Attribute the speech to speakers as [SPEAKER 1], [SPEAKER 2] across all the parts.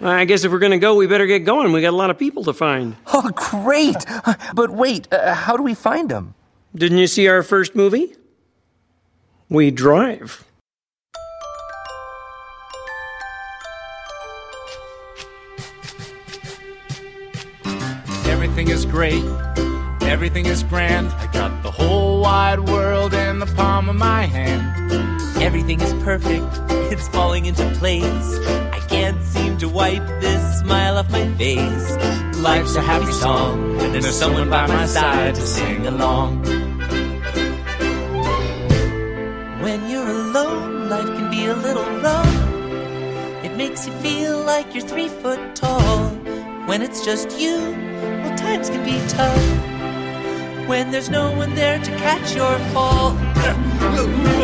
[SPEAKER 1] I guess if we're going to go, we better get going. We got a lot of people to find.
[SPEAKER 2] Oh, great! But wait, uh, how do we find them?
[SPEAKER 1] Didn't you see our first movie? We drive.
[SPEAKER 3] Everything is great. Everything is grand. I got the whole wide world in the palm of my hand.
[SPEAKER 4] Everything is perfect, it's falling into place. I can't seem to wipe this smile off my face. Life's a happy song, and there's someone by my side to sing along. When you're alone, life can be a little rough. It makes you feel like you're three foot tall. When it's just you, well, times can be tough when there's no one there to catch your fall.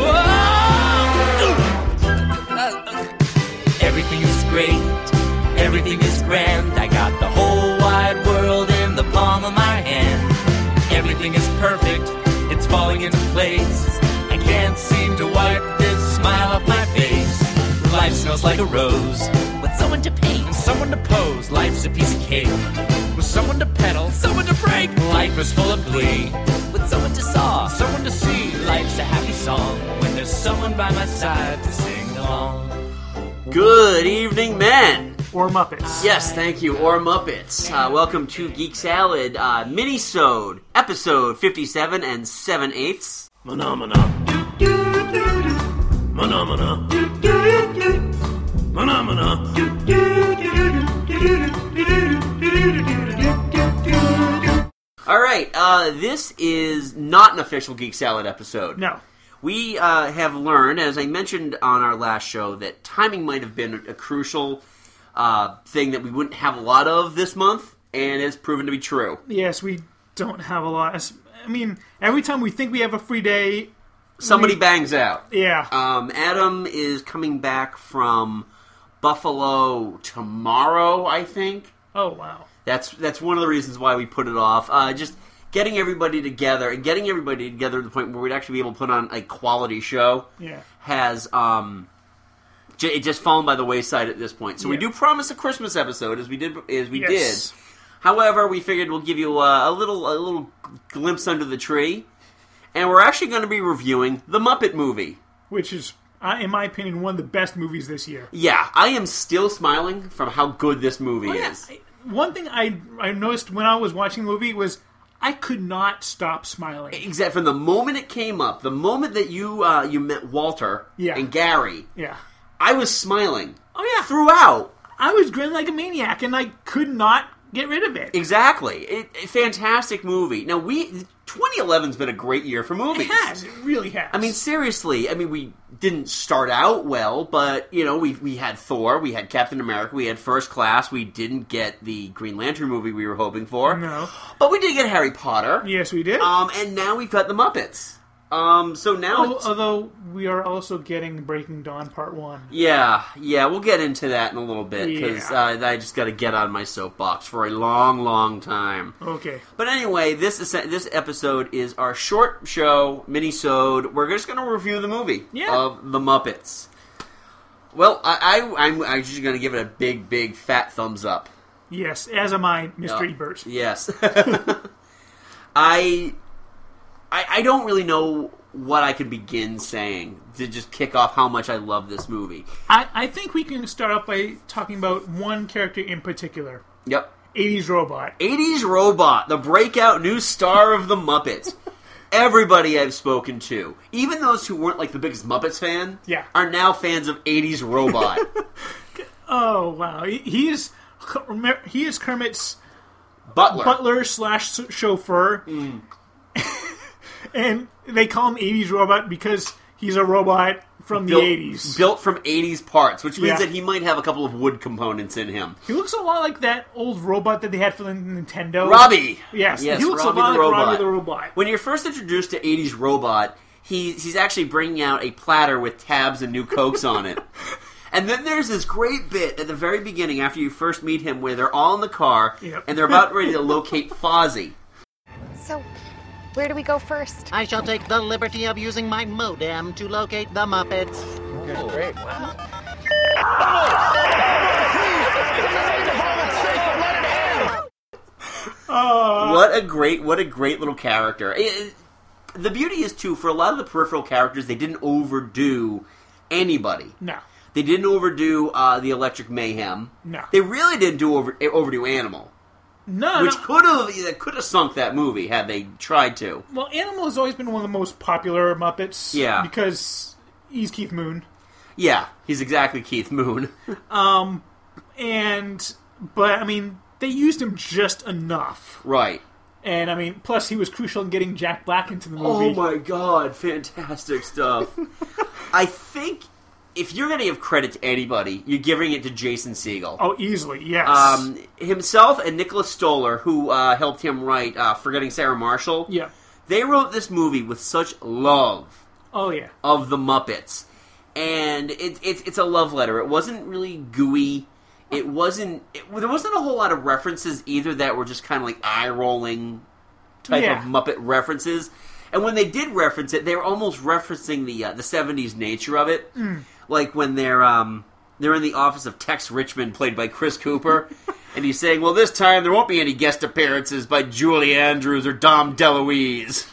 [SPEAKER 4] Oh! Everything is great, everything is grand. I got the whole wide world in the palm of my hand. Everything is perfect, it's falling into place. I can't seem to wipe this smile off my face. Life smells like a rose with someone to paint and someone to pose. Life's a piece of cake with someone to pedal, someone to break. Life is full of glee, with someone to saw, someone to see. Life's a happy song when there's someone by my side to sing along.
[SPEAKER 5] Good evening, men.
[SPEAKER 6] Or Muppets.
[SPEAKER 5] Yes, thank you, or Muppets. Uh, welcome to Geek Salad uh, mini-sode, episode 57 and 7 eighths.
[SPEAKER 7] Phenomena. Phenomena. Phenomena.
[SPEAKER 5] All right, uh, this is not an official Geek Salad episode.
[SPEAKER 6] No.
[SPEAKER 5] We uh, have learned, as I mentioned on our last show, that timing might have been a crucial uh, thing that we wouldn't have a lot of this month, and it's proven to be true.
[SPEAKER 6] Yes, we don't have a lot. It's- I mean, every time we think we have a free day,
[SPEAKER 5] Somebody bangs out.
[SPEAKER 6] yeah.
[SPEAKER 5] Um, Adam is coming back from Buffalo tomorrow, I think.
[SPEAKER 6] oh, wow.
[SPEAKER 5] That's that's one of the reasons why we put it off. Uh, just getting everybody together and getting everybody together to the point where we'd actually be able to put on a quality show
[SPEAKER 6] Yeah.
[SPEAKER 5] has um, j- it just fallen by the wayside at this point. So we
[SPEAKER 6] Yeah.
[SPEAKER 5] do promise a Christmas episode as we did as we
[SPEAKER 6] Yes.
[SPEAKER 5] did. However, we figured we'll give you uh, a, a little a little glimpse under the tree, and we're actually going to be reviewing the Muppet movie.
[SPEAKER 6] Which is, uh, in my opinion, one of the best movies this year.
[SPEAKER 5] Yeah, I am still smiling from how good this movie
[SPEAKER 6] Oh, Yeah,
[SPEAKER 5] is.
[SPEAKER 6] I- One thing I, I noticed when I was watching the movie was I could not stop smiling.
[SPEAKER 5] Except from the moment it came up, the moment that you uh, you met Walter
[SPEAKER 6] Yeah.
[SPEAKER 5] and Gary,
[SPEAKER 6] Yeah.
[SPEAKER 5] I was smiling
[SPEAKER 6] Oh, yeah.
[SPEAKER 5] throughout.
[SPEAKER 6] I was grinning like a maniac and I could not get rid of it.
[SPEAKER 5] Exactly, it, it- fantastic movie. Now we 2011's been a great year for movies.
[SPEAKER 6] It has. It really has.
[SPEAKER 5] I mean, seriously. I mean, we didn't start out well, but you know, we we had Thor, we had Captain America, we had First Class. We didn't get the Green Lantern movie we were hoping for,
[SPEAKER 6] No.
[SPEAKER 5] but we did get Harry Potter.
[SPEAKER 6] Yes, we did.
[SPEAKER 5] Um, and now we've got the Muppets. Um, so now
[SPEAKER 6] Al-
[SPEAKER 5] it's-
[SPEAKER 6] Although we are also getting Breaking Dawn Part 1.
[SPEAKER 5] Yeah, yeah, we'll get into that in a little bit because
[SPEAKER 6] Yeah.
[SPEAKER 5] uh, I just got to get on my soapbox for a long, long time.
[SPEAKER 6] Okay.
[SPEAKER 5] But anyway, this is, this episode is our short show minisode. We're just going to review the movie
[SPEAKER 6] Yeah.
[SPEAKER 5] of the Muppets. Well, I, I I'm, I'm just going to give it a big, big, fat thumbs up.
[SPEAKER 6] Yes, as am I, Mr.
[SPEAKER 5] Uh,
[SPEAKER 6] Ebert.
[SPEAKER 5] Yes. I, I I don't really know what I could begin saying to just kick off how much I love this movie.
[SPEAKER 6] I, I think we can start off by talking about one character in particular
[SPEAKER 5] Yep.
[SPEAKER 6] 80s Robot.
[SPEAKER 5] 80s robot, the breakout new star of the Muppets. Everybody I've spoken to, even those who weren't like the biggest Muppets fan,
[SPEAKER 6] Yeah.
[SPEAKER 5] are now fans of 80s robot.
[SPEAKER 6] Oh, wow. He, he is. He is Kermit's
[SPEAKER 5] Butler.
[SPEAKER 6] butler slash chauffeur, and they call him '80s robot because he's a robot from
[SPEAKER 5] built,
[SPEAKER 6] the '80s.
[SPEAKER 5] built from 80s parts, which means
[SPEAKER 6] Yeah.
[SPEAKER 5] that he might have a couple of wood components in him.
[SPEAKER 6] he looks a lot like that old robot that they had for the Nintendo.
[SPEAKER 5] Robbie.
[SPEAKER 6] Yes, he looks a lot like Robbie the robot.
[SPEAKER 5] When you're first introduced to 80s Robot, he, he's actually bringing out a platter with tabs and new Cokes on it. And then there's this great bit at the very beginning after you first meet him where they're all in the car
[SPEAKER 6] Yep.
[SPEAKER 5] and they're about ready to locate Fozzie.
[SPEAKER 8] So, where do we go first?
[SPEAKER 9] I shall take the liberty of using my modem to locate the Muppets.
[SPEAKER 8] Fozzie!
[SPEAKER 6] Uh,
[SPEAKER 5] what a great, what a great little character. It- it- the beauty is too for a lot of the peripheral characters, they didn't overdo anybody.
[SPEAKER 6] No.
[SPEAKER 5] They didn't overdo uh, the Electric Mayhem.
[SPEAKER 6] No.
[SPEAKER 5] they really didn't do over overdo Animal,
[SPEAKER 6] No,
[SPEAKER 5] which
[SPEAKER 6] no.
[SPEAKER 5] could have that could have sunk that movie had they tried to.
[SPEAKER 6] well, Animal has always been one of the most popular Muppets.
[SPEAKER 5] Yeah.
[SPEAKER 6] Because he's Keith Moon.
[SPEAKER 5] Yeah, he's exactly Keith Moon.
[SPEAKER 6] And, but, I mean, they used him just enough.
[SPEAKER 5] right.
[SPEAKER 6] And, I mean, plus he was crucial in getting Jack Black into the movie.
[SPEAKER 5] Oh my god, fantastic stuff. I think if you're going to give credit to anybody, you're giving it to Jason Segel.
[SPEAKER 6] Oh, easily, yes.
[SPEAKER 5] Um, himself and Nicholas Stoller, who uh, helped him write uh, Forgetting Sarah Marshall,
[SPEAKER 6] yeah.
[SPEAKER 5] they wrote this movie with such love
[SPEAKER 6] Oh, yeah.
[SPEAKER 5] of the Muppets. And it, it's it's a love letter. It wasn't really gooey. It wasn't. It, there wasn't a whole lot of references either that were just kind of like eye rolling type
[SPEAKER 6] Yeah.
[SPEAKER 5] of Muppet references. And when they did reference it, they were almost referencing the uh, the seventies nature of it. Like when they're um, they're in the office of Tex Richmond, played by Chris Cooper, and he's saying, "Well, this time there won't be any guest appearances by Julie Andrews or Dom DeLuise."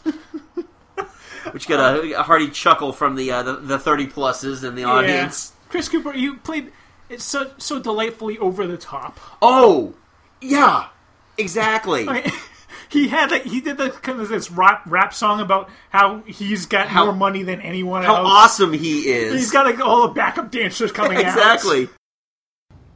[SPEAKER 5] Which got a, a hearty chuckle from the uh, the, the thirty pluses in the audience.
[SPEAKER 6] Yeah. Chris Cooper, you played it so so delightfully over the top.
[SPEAKER 5] Oh, yeah, exactly.
[SPEAKER 6] He had like, he did the, kind of this rap rap song about how he's got
[SPEAKER 5] How-
[SPEAKER 6] more money than anyone
[SPEAKER 5] How
[SPEAKER 6] else.
[SPEAKER 5] awesome he is!
[SPEAKER 6] He's got like all the backup dancers coming out.
[SPEAKER 5] exactly.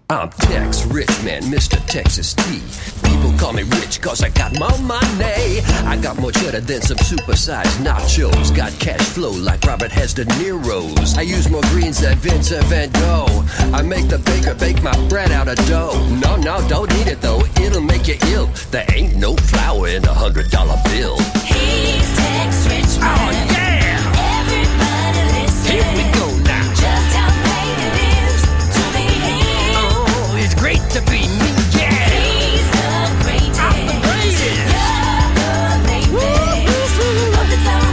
[SPEAKER 7] I'm Tex Richman, Mr. Texas T. People call me rich cause I got my money. I got more cheddar than some supersized nachos. Got cash flow like Robert has De Niro's. I use more greens than Vincent Van Gogh. I make the baker bake my bread out of dough. No, no, don't eat it though, it'll make you ill. There ain't no flour in a hundred dollar bill.
[SPEAKER 10] He's Tex Richmond.
[SPEAKER 7] Oh, yeah!
[SPEAKER 10] Everybody listen.
[SPEAKER 7] Here we go now.
[SPEAKER 10] Just how great it is to be him.
[SPEAKER 7] Oh, it's great to be me, yeah!
[SPEAKER 10] He's the greatest.
[SPEAKER 7] I'm the greatest.
[SPEAKER 10] You're the latest. But it's all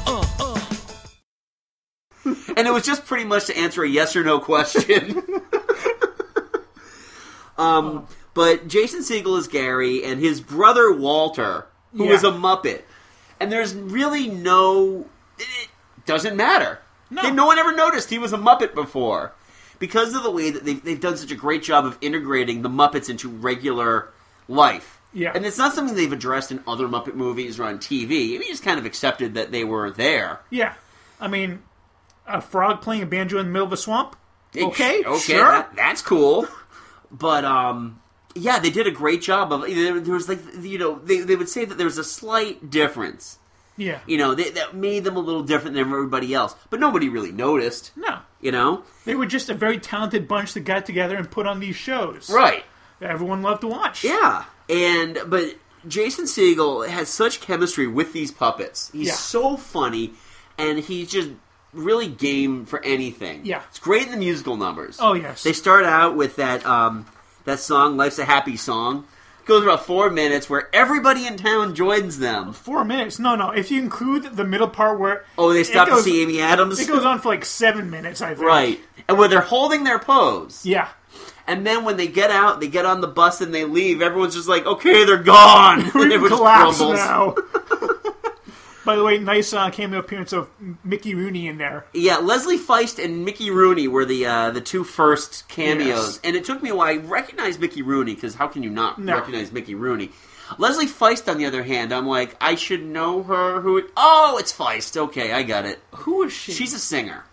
[SPEAKER 10] a waste of time. Oh, can't you see?
[SPEAKER 5] and it was just pretty much to answer a yes or no question. um, but Jason Siegel is Gary, and his brother Walter, who is
[SPEAKER 6] Yeah.
[SPEAKER 5] a Muppet, and there's really no. It doesn't matter. No, no one ever noticed he was a Muppet before because of the way that they've, they've done such a great job of integrating the Muppets into regular life.
[SPEAKER 6] Yeah.
[SPEAKER 5] and it's not something they've addressed in other Muppet movies or on TV. We just kind of accepted that they were there.
[SPEAKER 6] Yeah, I mean, a frog playing a banjo in the middle of a swamp. Okay,
[SPEAKER 5] Oh, okay,
[SPEAKER 6] sure.
[SPEAKER 5] that- that's cool. But um, yeah, they did a great job of. There there was like you know they they would say that there was a slight difference.
[SPEAKER 6] yeah,
[SPEAKER 5] You know they, that made them a little different than everybody else, but nobody really noticed.
[SPEAKER 6] no,
[SPEAKER 5] You know,
[SPEAKER 6] they were just a very talented bunch that got together and put on these shows
[SPEAKER 5] right?
[SPEAKER 6] that everyone loved to watch.
[SPEAKER 5] Yeah, and but Jason Segel has such chemistry with these puppets. He's
[SPEAKER 6] Yeah.
[SPEAKER 5] so funny, and he's just really game for anything.
[SPEAKER 6] Yeah.
[SPEAKER 5] it's great in the musical numbers.
[SPEAKER 6] Oh, yes.
[SPEAKER 5] they start out with that um, that song "Life's a Happy Song." It goes about four minutes, where everybody in town joins them.
[SPEAKER 6] Four minutes? No, no. If you include the middle part where
[SPEAKER 5] Oh, they
[SPEAKER 6] it
[SPEAKER 5] stop
[SPEAKER 6] goes-
[SPEAKER 5] to see Amy Adams.
[SPEAKER 6] it goes on for like seven minutes. I think.
[SPEAKER 5] right, and where they're holding their pose.
[SPEAKER 6] Yeah.
[SPEAKER 5] And then when they get out, they get on the bus and they leave. Everyone's just like, "Okay, they're gone."
[SPEAKER 6] We
[SPEAKER 5] Everyone just
[SPEAKER 6] collapse
[SPEAKER 5] crumbles.
[SPEAKER 6] now. By the way, nice uh, cameo appearance of M- Mickey Rooney in there.
[SPEAKER 5] Yeah, Leslie Feist and Mickey Rooney were the uh, the two first cameos,
[SPEAKER 6] Yes.
[SPEAKER 5] and it took me a while. I recognized Mickey Rooney because how can you not
[SPEAKER 6] No.
[SPEAKER 5] recognize Mickey Rooney? Leslie Feist, on the other hand, I'm like, I should know her. Who? It, oh, it's Feist. Okay, I got it.
[SPEAKER 6] Who is she?
[SPEAKER 5] She's a singer.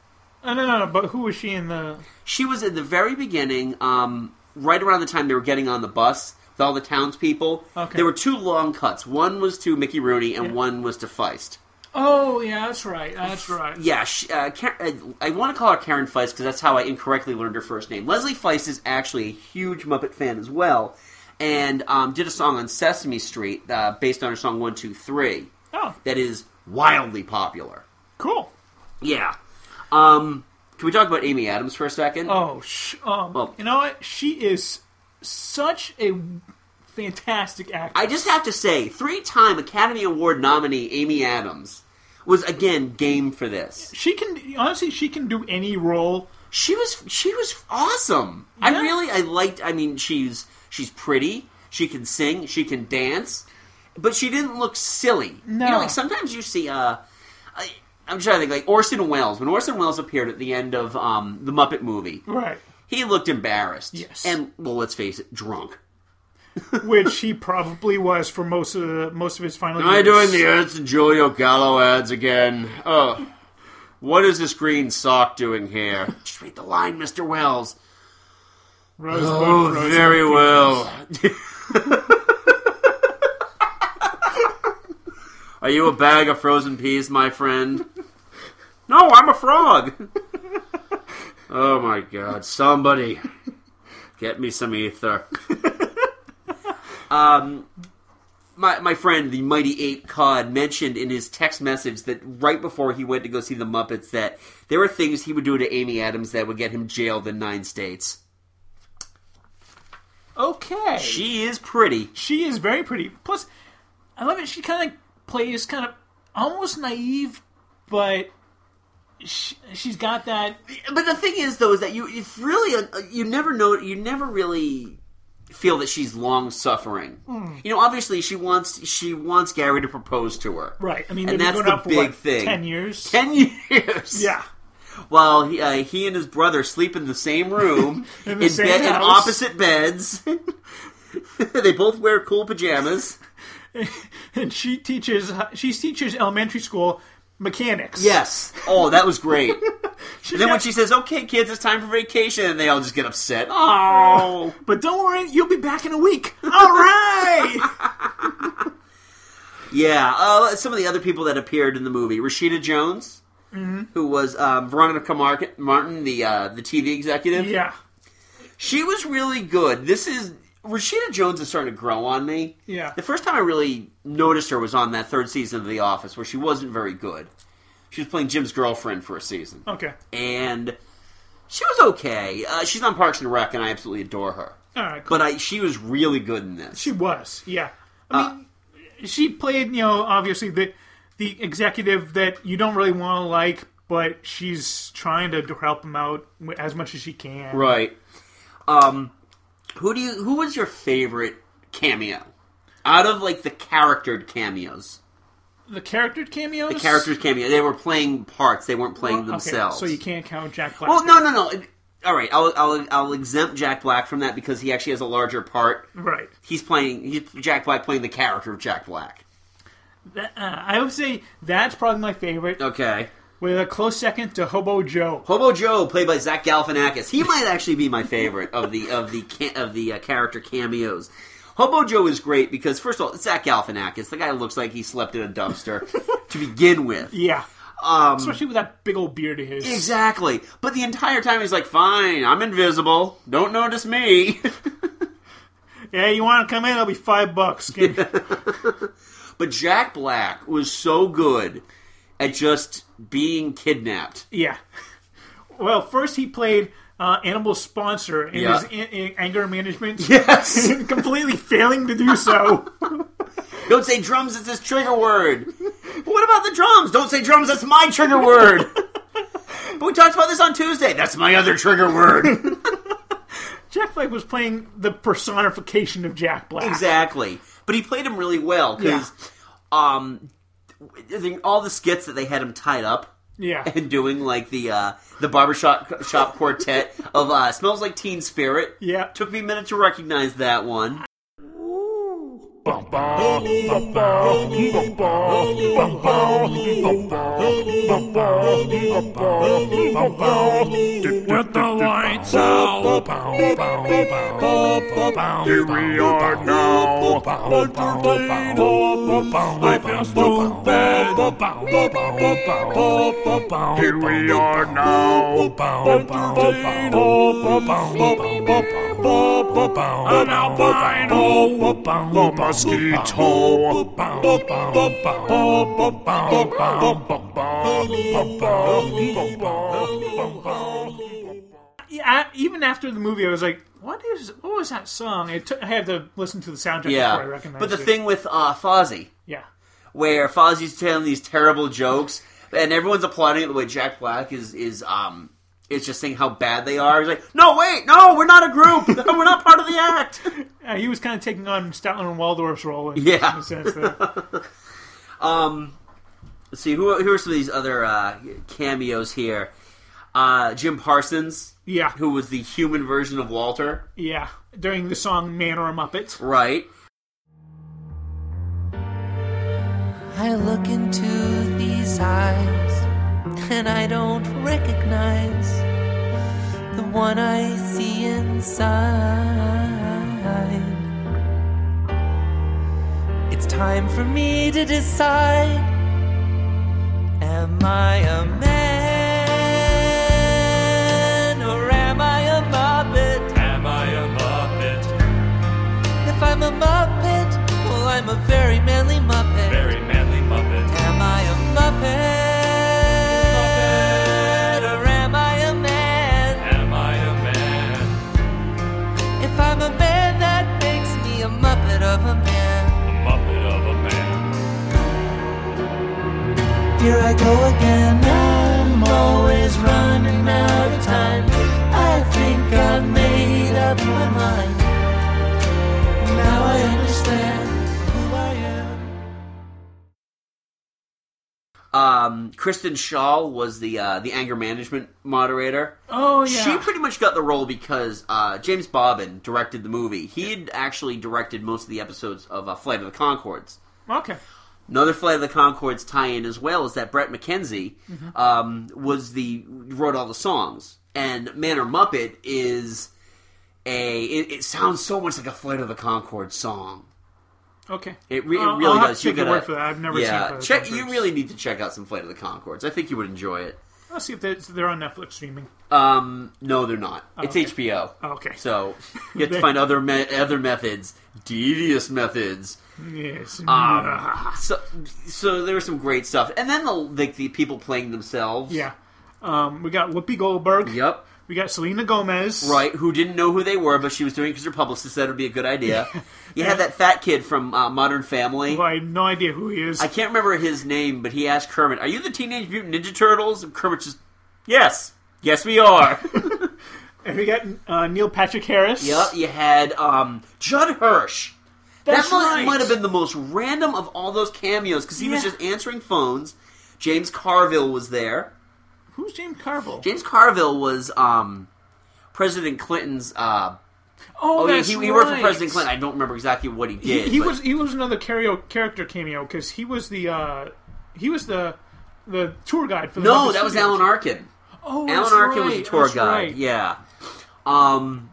[SPEAKER 6] Oh, no, no, no. But who was she in the?
[SPEAKER 5] She was at the very beginning, um, right around the time they were getting on the bus with all the townspeople.
[SPEAKER 6] Okay.
[SPEAKER 5] There were two long cuts. One was to Mickey Rooney, and one was to Feist.
[SPEAKER 6] Oh yeah, that's right. That's right.
[SPEAKER 5] Yeah, she, uh, Karen, uh, I want to call her Karen Feist because that's how I incorrectly learned her first name. Leslie Feist is actually a huge Muppet fan as well, and um, did a song on Sesame Street uh, based on her song One Two Three
[SPEAKER 6] Oh,
[SPEAKER 5] that is wildly popular.
[SPEAKER 6] cool.
[SPEAKER 5] Yeah. Um, can we talk about Amy Adams for a second?
[SPEAKER 6] Oh, sh- um,
[SPEAKER 5] Well-
[SPEAKER 6] you know what? She is such a fantastic actress.
[SPEAKER 5] I just have to say, three-time Academy Award nominee Amy Adams was again game for this.
[SPEAKER 6] She can honestly, she can do any role.
[SPEAKER 5] She was she was awesome. I
[SPEAKER 6] Yeah.
[SPEAKER 5] really I liked. I mean, she's She's pretty. She can sing. She can dance. But she didn't look silly.
[SPEAKER 6] No.
[SPEAKER 5] You know, like sometimes you see. Uh, I, I'm trying to think. Like Orson Welles. When Orson Welles appeared at the end of um, the Muppet movie,
[SPEAKER 6] Right.
[SPEAKER 5] he looked embarrassed.
[SPEAKER 6] Yes.
[SPEAKER 5] And well, let's face it, drunk.
[SPEAKER 6] Which he probably was for most of the, most of his final
[SPEAKER 5] Am I
[SPEAKER 6] years.
[SPEAKER 5] doing the Ernst and Julio Gallo ads again? Oh, what is this green sock doing here? Just read the line, Mr. Wells.
[SPEAKER 6] Rosebud
[SPEAKER 5] Oh,
[SPEAKER 6] Frozen
[SPEAKER 5] very
[SPEAKER 6] Tears.
[SPEAKER 5] well. Are you a bag of frozen peas, my friend? No, I'm a frog. Oh my god, somebody get me some ether. um my, my friend, the mighty ape Cod, mentioned in his text message that right before he went to go see the Muppets, that there were things he would do to Amy Adams that would get him jailed in nine states.
[SPEAKER 6] Okay.
[SPEAKER 5] She is pretty.
[SPEAKER 6] She is very pretty. Plus, I love it. She kind of plays kind of almost naive, but she, she's got that.
[SPEAKER 5] But the thing is, though, is that you if really uh, you never know you never really feel that she's long suffering.
[SPEAKER 6] Hmm.
[SPEAKER 5] You know, obviously she wants she wants Gary to propose to her,
[SPEAKER 6] Right. I mean,
[SPEAKER 5] And
[SPEAKER 6] they've
[SPEAKER 5] that's
[SPEAKER 6] been going
[SPEAKER 5] the
[SPEAKER 6] out for
[SPEAKER 5] big
[SPEAKER 6] what,
[SPEAKER 5] thing.
[SPEAKER 6] Ten years.
[SPEAKER 5] Ten years.
[SPEAKER 6] Yeah.
[SPEAKER 5] While he, uh, he and his brother sleep in the same room,
[SPEAKER 6] In
[SPEAKER 5] in,
[SPEAKER 6] the same
[SPEAKER 5] bed, in
[SPEAKER 6] house.
[SPEAKER 5] opposite beds. they both wear cool pajamas.
[SPEAKER 6] And she teaches. She teaches elementary school mechanics.
[SPEAKER 5] Yes. Oh, that was great.
[SPEAKER 6] She
[SPEAKER 5] and then when
[SPEAKER 6] got-
[SPEAKER 5] she says, "Okay, kids, it's time for vacation," and they all just get upset. Oh.
[SPEAKER 6] But don't worry, you'll be back in a week. All right.
[SPEAKER 5] Yeah, uh, some of the other people that appeared in the movie: Rashida Jones,
[SPEAKER 6] Mm-hmm.
[SPEAKER 5] who was um, Veronica Mar- Martin, the uh, the TV executive.
[SPEAKER 6] yeah.
[SPEAKER 5] she was really good. This is Rashida Jones is starting to grow on me.
[SPEAKER 6] Yeah.
[SPEAKER 5] the first time I really noticed her was on that third season of The Office, where she wasn't very good. She was playing Jim's girlfriend for a season,
[SPEAKER 6] Okay.
[SPEAKER 5] and she was okay. Uh, she's on Parks and Rec, and I absolutely adore her.
[SPEAKER 6] All right. Cool.
[SPEAKER 5] But I, she was really good in this.
[SPEAKER 6] She was, yeah. I
[SPEAKER 5] Uh,
[SPEAKER 6] mean, she played, you know, obviously the the executive that you don't really want to like, but she's trying to help him out wi- as much as she can.
[SPEAKER 5] Right. Um, who do you? Who was your favorite cameo out of like the charactered cameos?
[SPEAKER 6] The character cameos. Oh,
[SPEAKER 5] The characters cameo. They were playing parts. They weren't playing themselves.
[SPEAKER 6] so you can't count Jack Black.
[SPEAKER 5] Well, no, no, no. It- All right, I'll, I'll I'll exempt Jack Black from that because he actually has a larger part.
[SPEAKER 6] Right.
[SPEAKER 5] He's playing he's Jack Black playing the character of Jack Black.
[SPEAKER 6] Th- uh, I would say that's probably my favorite,
[SPEAKER 5] Okay.
[SPEAKER 6] with a close second to Hobo Joe.
[SPEAKER 5] Hobo Joe, played by Zach Galifianakis, he might actually be my favorite of the of the ca- of the uh, character cameos. Hobo Joe is great because first of all, it's Zach Galifianakis, the guy looks like he slept in a dumpster to begin with.
[SPEAKER 6] Yeah.
[SPEAKER 5] Um,
[SPEAKER 6] Especially with that big old beard of his.
[SPEAKER 5] Exactly, but the entire time he's like, "Fine, I'm invisible. Don't notice me."
[SPEAKER 6] Yeah, you want to come in? I'll be five bucks. Can-
[SPEAKER 5] but Jack Black was so good at just being kidnapped.
[SPEAKER 6] Yeah. Well, first he played uh, Animal Sponsor in
[SPEAKER 5] Yeah.
[SPEAKER 6] his in, in anger management,
[SPEAKER 5] Yes,
[SPEAKER 6] completely failing to do so.
[SPEAKER 5] don't say drums. It's his trigger word. what about the drums? Don't say drums. That's my trigger word. but we talked about this on Tuesday. That's my other trigger word.
[SPEAKER 6] Jack Black was playing the personification of Jack Black.
[SPEAKER 5] exactly. But he played him really well because, um, I think all the skits that they had him tied up.
[SPEAKER 6] Yeah.
[SPEAKER 5] and doing like the uh, the barbershop shop quartet of uh, "Smells Like Teen Spirit."
[SPEAKER 6] Yeah.
[SPEAKER 5] took me a minute to recognize that one.
[SPEAKER 11] With the lights out, here we are now. I fast to bed. Here we are now. An albino, a mosquito.
[SPEAKER 6] Yeah, I- even after the movie, I was like, "What is? What was that song?" It took, I had to listen to the soundtrack before I
[SPEAKER 5] Yeah,
[SPEAKER 6] recognized
[SPEAKER 5] but the
[SPEAKER 6] it.
[SPEAKER 5] thing with uh, Fozzie,
[SPEAKER 6] yeah,
[SPEAKER 5] where Fozzie's telling these terrible jokes, and everyone's applauding it the way Jack Black is is um is just saying how bad they are. He's like, "No, wait, no, we're not a group. We're not part of the act."
[SPEAKER 6] Uh, he was kind of taking on Stoutland and Waldorf's role in,
[SPEAKER 5] Yeah.
[SPEAKER 6] in a sense there.
[SPEAKER 5] Um, let's see who who are some of these other uh, cameos here. Uh, Jim Parsons,
[SPEAKER 6] yeah,
[SPEAKER 5] who was the human version of Walter,
[SPEAKER 6] Yeah, during the song Man or a Muppet.
[SPEAKER 5] right?
[SPEAKER 4] I look into these eyes and I don't recognize the one I see inside. It's time for me to decide Am I a man or am I a muppet? Am I a muppet? If I'm a muppet, well, I'm a very manly muppet. Very manly muppet. Am I a muppet? Or am I a man? Am I a man? If I'm a man, that makes me a muppet of a man. A muppet of a man. Here I go again. I'm always running out of time. I think I've made up my mind. Now I understand who I am.
[SPEAKER 5] Um, Kristen Shaw was the uh, the anger management moderator.
[SPEAKER 6] Oh
[SPEAKER 5] She
[SPEAKER 6] yeah,
[SPEAKER 5] pretty much got the role because uh, James Bobbin directed the movie. He had actually directed most of the episodes of uh, Flight of the Concords.
[SPEAKER 6] okay.
[SPEAKER 5] Another Flight of the Concords tie-in as well is that Brett McKenzie
[SPEAKER 6] Mm-hmm.
[SPEAKER 5] um, was the wrote all the songs, and Man or Muppet is a. It, it sounds so much like a Flight of the Concord song.
[SPEAKER 6] Okay.
[SPEAKER 5] It, re- it
[SPEAKER 6] I'll-
[SPEAKER 5] really
[SPEAKER 6] I'll have
[SPEAKER 5] does.
[SPEAKER 6] to
[SPEAKER 5] You're
[SPEAKER 6] take your
[SPEAKER 5] gonna-
[SPEAKER 6] word for that. I've never
[SPEAKER 5] yeah,
[SPEAKER 6] seen.
[SPEAKER 5] check. You really need to check out some Flight of the Concords. I think you would enjoy it.
[SPEAKER 6] Let's see if they're, they're on Netflix streaming.
[SPEAKER 5] Um, no, they're not. it's
[SPEAKER 6] Oh, okay.
[SPEAKER 5] HBO.
[SPEAKER 6] Okay.
[SPEAKER 5] So you have to
[SPEAKER 6] They-
[SPEAKER 5] find other me- other methods, devious methods.
[SPEAKER 6] Yes.
[SPEAKER 5] Um, so, so there was some great stuff, and then the like the people playing themselves.
[SPEAKER 6] yeah. Um, we got Whoopi Goldberg.
[SPEAKER 5] Yep.
[SPEAKER 6] We got Selena Gomez.
[SPEAKER 5] Right. Who didn't know who they were, but she was doing it because her publicist said it would be a good idea. you had that fat kid from uh, Modern Family.
[SPEAKER 6] Who I have no idea who he is.
[SPEAKER 5] I can't remember his name, but he asked Kermit, "Are you the Teenage Mutant Ninja Turtles?" And Kermit just, "Yes, yes, we are."
[SPEAKER 6] and we got uh, Neil Patrick Harris.
[SPEAKER 5] yep. You had um, Judd Hirsch.
[SPEAKER 6] That's
[SPEAKER 5] that might,
[SPEAKER 6] right.
[SPEAKER 5] might have been the most random of all those cameos because he was
[SPEAKER 6] Yeah.
[SPEAKER 5] just answering phones. James Carville was there.
[SPEAKER 6] Who's James Carville?
[SPEAKER 5] James Carville was um, President Clinton's. Uh,
[SPEAKER 6] oh,
[SPEAKER 5] oh, yeah,
[SPEAKER 6] that's
[SPEAKER 5] he, he worked for
[SPEAKER 6] right.
[SPEAKER 5] President Clinton. I don't remember exactly what he
[SPEAKER 6] He,
[SPEAKER 5] did.
[SPEAKER 6] he
[SPEAKER 5] but-
[SPEAKER 6] was he was another cario- character cameo because he was the uh, he was the the tour guide for the
[SPEAKER 5] No,
[SPEAKER 6] Muppet
[SPEAKER 5] that was
[SPEAKER 6] Studios.
[SPEAKER 5] Alan Arkin. Alan
[SPEAKER 6] Oh, that's
[SPEAKER 5] Arkin was the
[SPEAKER 6] right,
[SPEAKER 5] tour
[SPEAKER 6] that's
[SPEAKER 5] guide.
[SPEAKER 6] right.
[SPEAKER 5] Yeah. Um,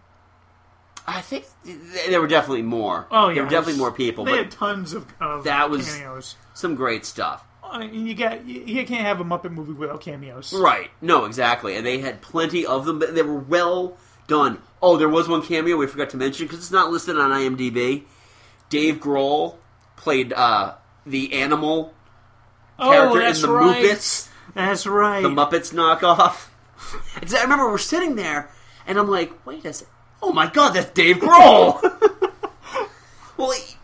[SPEAKER 5] I think th- there were definitely more.
[SPEAKER 6] Oh yeah,
[SPEAKER 5] there were definitely more people.
[SPEAKER 6] They had
[SPEAKER 5] But
[SPEAKER 6] tons of, of
[SPEAKER 5] That was-
[SPEAKER 6] cameos.
[SPEAKER 5] some great stuff.
[SPEAKER 6] I mean, you got you, you can't have a Muppet movie without cameos.
[SPEAKER 5] Right. No, exactly. And they had plenty of them, but they were well done. Oh, there was one cameo we forgot to mention because it's not listed on IMDb. Dave Grohl played uh, the animal
[SPEAKER 6] Oh,
[SPEAKER 5] character in
[SPEAKER 6] that's
[SPEAKER 5] the
[SPEAKER 6] right.
[SPEAKER 5] Muppets.
[SPEAKER 6] That's right.
[SPEAKER 5] the Muppets knockoff. It's- I remember we're sitting there, and I'm like, wait a second. Oh my god, that's Dave Grohl! well, e-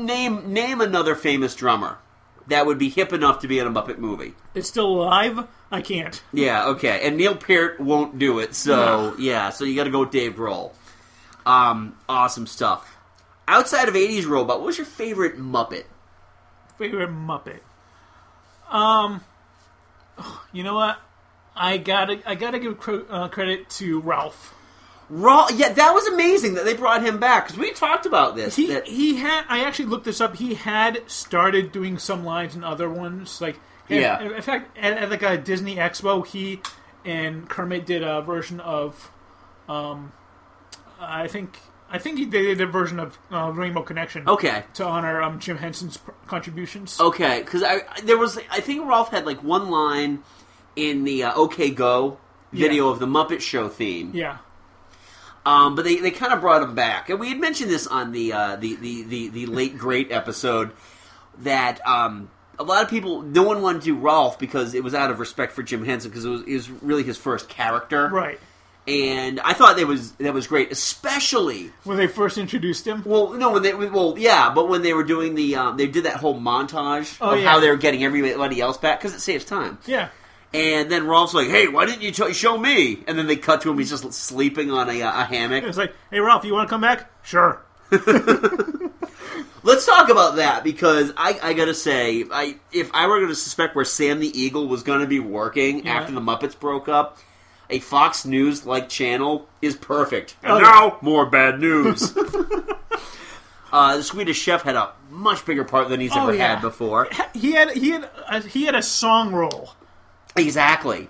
[SPEAKER 5] name name another famous drummer that would be hip enough to be in a Muppet movie.
[SPEAKER 6] it's still alive. I can't.
[SPEAKER 5] Yeah, okay. And Neil Peart won't do it, so yeah, so you gotta go with Dave Grohl. Um, awesome stuff. Outside of 80s Robot, what was your favorite Muppet?
[SPEAKER 6] favorite Muppet. Um, you know what? I gotta I gotta give cr- uh, credit to Ralph.
[SPEAKER 5] Raw, yeah, that was amazing that they brought him back, because we talked about this.
[SPEAKER 6] He
[SPEAKER 5] that-
[SPEAKER 6] he had I actually looked this up. He had started doing some lines in other ones, like in-
[SPEAKER 5] Yeah.
[SPEAKER 6] In fact, at, at like a Disney Expo, he and Kermit did a version of, um, I think I think he they did a version of uh, Rainbow Connection.
[SPEAKER 5] Okay. Oh.
[SPEAKER 6] to honor um Jim Henson's pr- contributions.
[SPEAKER 5] Okay, because I I- there was I think Rolf had like one line in the uh, OK Go video of the Muppet Show theme,
[SPEAKER 6] yeah.
[SPEAKER 5] um, but they, they kind of brought him back, and we had mentioned this on the uh, the, the, the the late great episode that um, a lot of people no one wanted to do Rolf because it was out of respect for Jim Henson because it was, it was really his first character,
[SPEAKER 6] Right.
[SPEAKER 5] And I thought that was that was great, especially
[SPEAKER 6] When they first introduced him.
[SPEAKER 5] well, no, when they well, yeah, but when they were doing the um, they did that whole montage
[SPEAKER 6] Oh,
[SPEAKER 5] of
[SPEAKER 6] yeah.
[SPEAKER 5] how they were getting everybody else back because it saves time.
[SPEAKER 6] Yeah.
[SPEAKER 5] And then Rolf's like, "Hey, why didn't you t- show me?" And then they cut to him; he's just sleeping on a, uh, a hammock.
[SPEAKER 6] It's like, hey, Ralph, you want to come back? Sure.
[SPEAKER 5] Let's talk about that because I, I gotta say, I if I were gonna suspect where Sam the Eagle was gonna be working
[SPEAKER 6] Yeah.
[SPEAKER 5] after the Muppets broke up, a Fox News like channel is perfect.
[SPEAKER 6] Oh,
[SPEAKER 5] And
[SPEAKER 6] yeah.
[SPEAKER 5] now more bad news. uh, the Swedish Chef had a much bigger part than he's
[SPEAKER 6] Oh,
[SPEAKER 5] ever
[SPEAKER 6] yeah.
[SPEAKER 5] had before.
[SPEAKER 6] He had he had a, he had a song role
[SPEAKER 5] Exactly.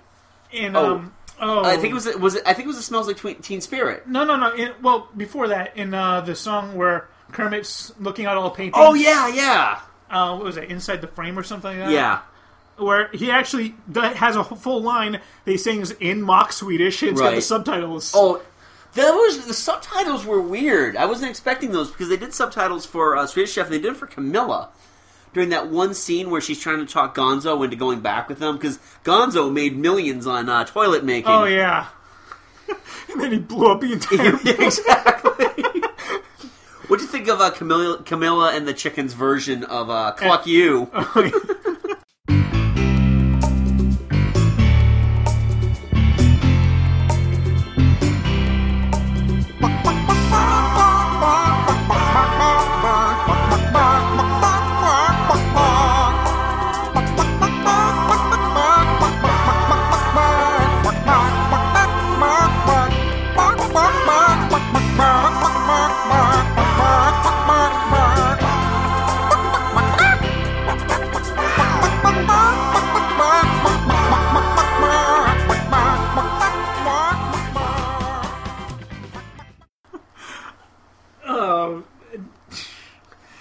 [SPEAKER 6] in
[SPEAKER 5] Oh.
[SPEAKER 6] um oh
[SPEAKER 5] I think it was was it, I think it was the smells like Tween- Teen Spirit.
[SPEAKER 6] no no no in, well before that in uh, the song where Kermit's looking at all the paintings.
[SPEAKER 5] Oh yeah, yeah,
[SPEAKER 6] Uh, what was it? Inside the frame or something like that.
[SPEAKER 5] yeah.
[SPEAKER 6] Where he actually d- has a wh- full line that he sings in mock Swedish. It's got the
[SPEAKER 5] Right.
[SPEAKER 6] subtitles.
[SPEAKER 5] Oh, that was the subtitles were weird. I wasn't expecting those because they did subtitles for uh, Swedish Chef and they did it for Camilla during that one scene where she's trying to talk Gonzo into going back with them because Gonzo made millions on uh, toilet making.
[SPEAKER 6] Oh, yeah. and then he blew up the entire.
[SPEAKER 5] exactly. What'd you think of uh, Camilla, Camilla and the Chickens version of uh, "Cluck You"?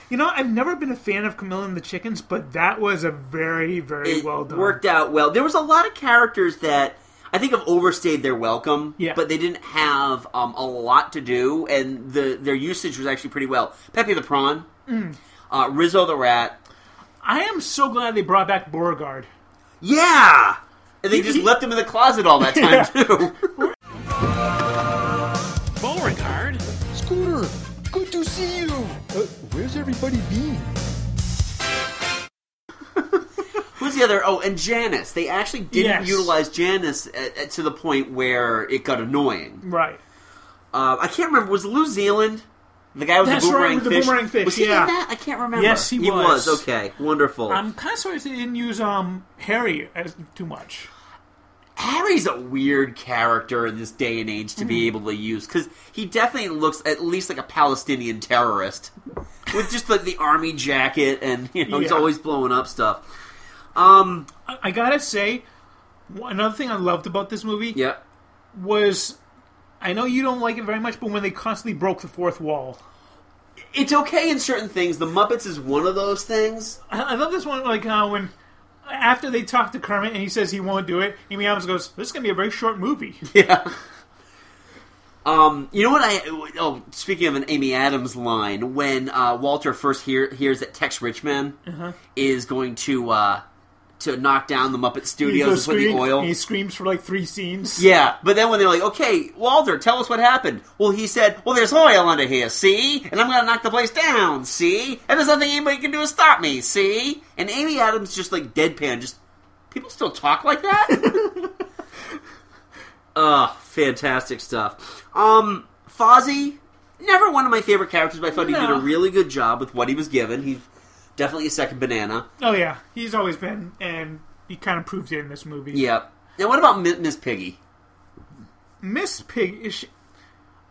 [SPEAKER 6] You know, I've never been a fan of Camilla and the Chickens, but that was a very, very
[SPEAKER 5] it
[SPEAKER 6] well done.
[SPEAKER 5] worked out well. There was a lot of characters that I think have overstayed their welcome,
[SPEAKER 6] Yeah.
[SPEAKER 5] but they didn't have um, a lot to do, and the their usage was actually pretty well. Pepe the Prawn,
[SPEAKER 6] Mm.
[SPEAKER 5] uh, Rizzo the Rat,
[SPEAKER 6] I am so glad they brought back Beauregard.
[SPEAKER 5] yeah, and they just left him in the closet all that time too.
[SPEAKER 11] Beauregard?
[SPEAKER 7] Scooter, good to see you. Uh, where's everybody been?
[SPEAKER 5] Who's the other? Oh, and Janice. They actually didn't
[SPEAKER 6] Yes.
[SPEAKER 5] utilize Janice at, at- to the point where it got annoying.
[SPEAKER 6] Right.
[SPEAKER 5] Uh, I can't remember. Was New Zealand? The guy with
[SPEAKER 6] That's
[SPEAKER 5] the
[SPEAKER 6] right,
[SPEAKER 5] boomerang
[SPEAKER 6] with the
[SPEAKER 5] fish.
[SPEAKER 6] boomerang fish,
[SPEAKER 5] Was he
[SPEAKER 6] yeah.
[SPEAKER 5] in that? I can't remember.
[SPEAKER 6] Yes, he was.
[SPEAKER 5] was. Okay, wonderful.
[SPEAKER 6] I'm kind of sorry they didn't use um Harry as too much.
[SPEAKER 5] Harry's a weird character in this day and age to be able to use because he definitely looks at least like a Palestinian terrorist with just like the army jacket and you know he's
[SPEAKER 6] Yeah.
[SPEAKER 5] always blowing up stuff. Um,
[SPEAKER 6] I, I gotta say, one- another thing I loved about this movie
[SPEAKER 5] yeah,
[SPEAKER 6] was, I know you don't like it very much, but when they constantly broke the fourth wall,
[SPEAKER 5] it's okay in certain things. The Muppets is one of those things.
[SPEAKER 6] I, I love this one. Like uh, when after they talk to Kermit and he says he won't do it, Amy Adams goes, "This is gonna be a very short movie."
[SPEAKER 5] Yeah. Um, you know what I? Oh, speaking of an Amy Adams line, when uh, Walter first hear, hears that Tex Richman
[SPEAKER 6] Uh-huh.
[SPEAKER 5] is going to uh, to knock down the Muppet
[SPEAKER 6] He
[SPEAKER 5] Studios
[SPEAKER 6] goes
[SPEAKER 5] and put the
[SPEAKER 6] screaming-
[SPEAKER 5] oil.
[SPEAKER 6] He screams for like three scenes.
[SPEAKER 5] Yeah, but then when they're like, okay, Walter, tell us what happened. Well, he said, well, there's oil under here, see? And I'm going to knock the place down, see? And there's nothing anybody can do to stop me, see? And Amy Adams just like deadpan, just, people still talk like that? Ugh, fantastic stuff. Um, Fozzie, never one of my favorite characters, but I thought he did
[SPEAKER 6] No.
[SPEAKER 5] a really good job with what he was given. He's definitely a second banana.
[SPEAKER 6] Oh yeah, he's always been, and he kind of proved it in this movie.
[SPEAKER 5] Yep. Now, what about Mi- Miss Piggy?
[SPEAKER 6] Miss Pig is. She,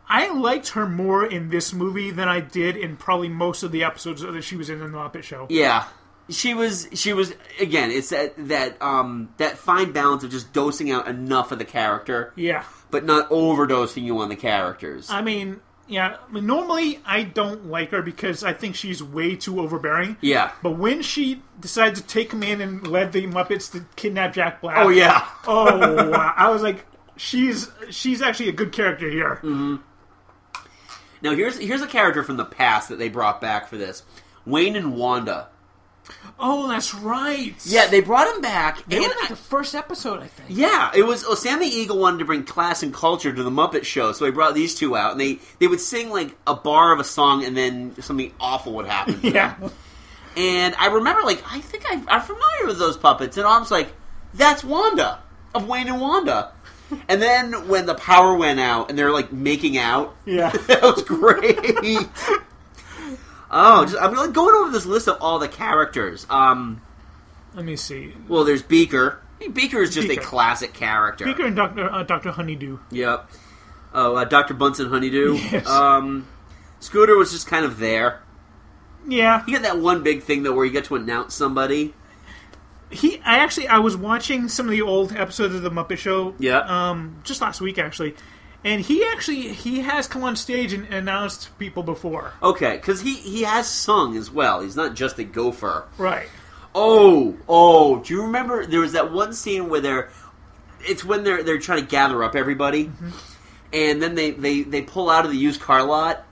[SPEAKER 6] I liked her more in this movie than I did in probably most of the episodes that she was in in the Muppet Show.
[SPEAKER 5] Yeah. She was she was again, it's that that um that fine balance of just dosing out enough of the character
[SPEAKER 6] Yeah.
[SPEAKER 5] but not overdosing you on the characters.
[SPEAKER 6] I mean, yeah. I mean, normally, I don't like her because I think she's way too overbearing.
[SPEAKER 5] yeah.
[SPEAKER 6] But when she decided to take command and led the Muppets to kidnap Jack Black,
[SPEAKER 5] Oh yeah.
[SPEAKER 6] oh wow. I was like, she's she's actually a good character here.
[SPEAKER 5] Mm-hmm. Now here's here's a character from the past that they brought back for this. Wayne and Wanda.
[SPEAKER 6] Oh, that's right.
[SPEAKER 5] Yeah, they brought him back
[SPEAKER 6] they
[SPEAKER 5] and
[SPEAKER 6] were like the first episode, I think.
[SPEAKER 5] Yeah, it was. Oh, Sammy Eagle wanted to bring class and culture to the Muppet Show, so he brought these two out, and they they would sing like a bar of a song, and then something awful would happen. to
[SPEAKER 6] Yeah.
[SPEAKER 5] And I remember, like, I think I, I'm familiar with those puppets. And I was like, that's Wanda of Wayne and Wanda. And then when the power went out and they're like making out,
[SPEAKER 6] Yeah.
[SPEAKER 5] that was great. Oh, just, I'm really going over this list of all the characters. Um,
[SPEAKER 6] Let me see.
[SPEAKER 5] well, there's Beaker. I mean, Beaker is just
[SPEAKER 6] Beaker.
[SPEAKER 5] a classic character.
[SPEAKER 6] Beaker and Doctor uh, Doctor Honeydew.
[SPEAKER 5] Yep. Oh, uh, Dr. Bunsen Honeydew.
[SPEAKER 6] Yes.
[SPEAKER 5] Um, Scooter was just kind of there.
[SPEAKER 6] Yeah,
[SPEAKER 5] He got that one big thing, though, where you get to announce somebody.
[SPEAKER 6] he. I actually I was watching some of the old episodes of the Muppet Show.
[SPEAKER 5] Yeah.
[SPEAKER 6] Um, just last week actually, and he actually he has come on stage and announced people before.
[SPEAKER 5] Okay, because he, he has sung as well. He's not just a gopher.
[SPEAKER 6] Right.
[SPEAKER 5] Oh, oh, do you remember there was that one scene where they're it's when they're they're trying to gather up everybody
[SPEAKER 6] Mm-hmm.
[SPEAKER 5] and then they, they they pull out of the used car lot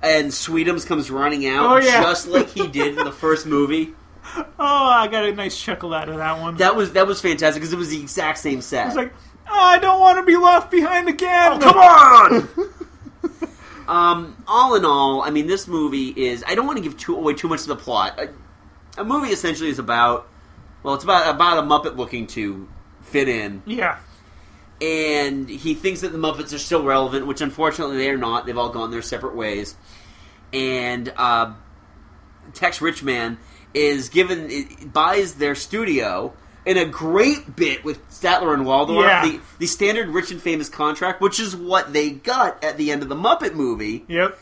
[SPEAKER 5] and Sweetums comes running out
[SPEAKER 6] Oh, yeah.
[SPEAKER 5] just like he did in the first movie.
[SPEAKER 6] Oh, I got a nice chuckle out of that one.
[SPEAKER 5] That was that was fantastic because it was the exact same set.
[SPEAKER 6] It's like, oh, I don't want to be left behind again.
[SPEAKER 5] Oh, Come on! um, all in all, I mean, this movie is. I don't want to give too, away too much of the plot. A, a movie essentially is about. Well, it's about about a Muppet looking to fit in,
[SPEAKER 6] Yeah.
[SPEAKER 5] and he thinks that the Muppets are still relevant, which unfortunately they are not. They've all gone their separate ways. And uh, Tex Richman is given i- buys their studio in a great bit with Statler and Waldorf,
[SPEAKER 6] Yeah.
[SPEAKER 5] the, the standard rich and famous contract, which is what they got at the end of the Muppet movie,
[SPEAKER 6] Yep.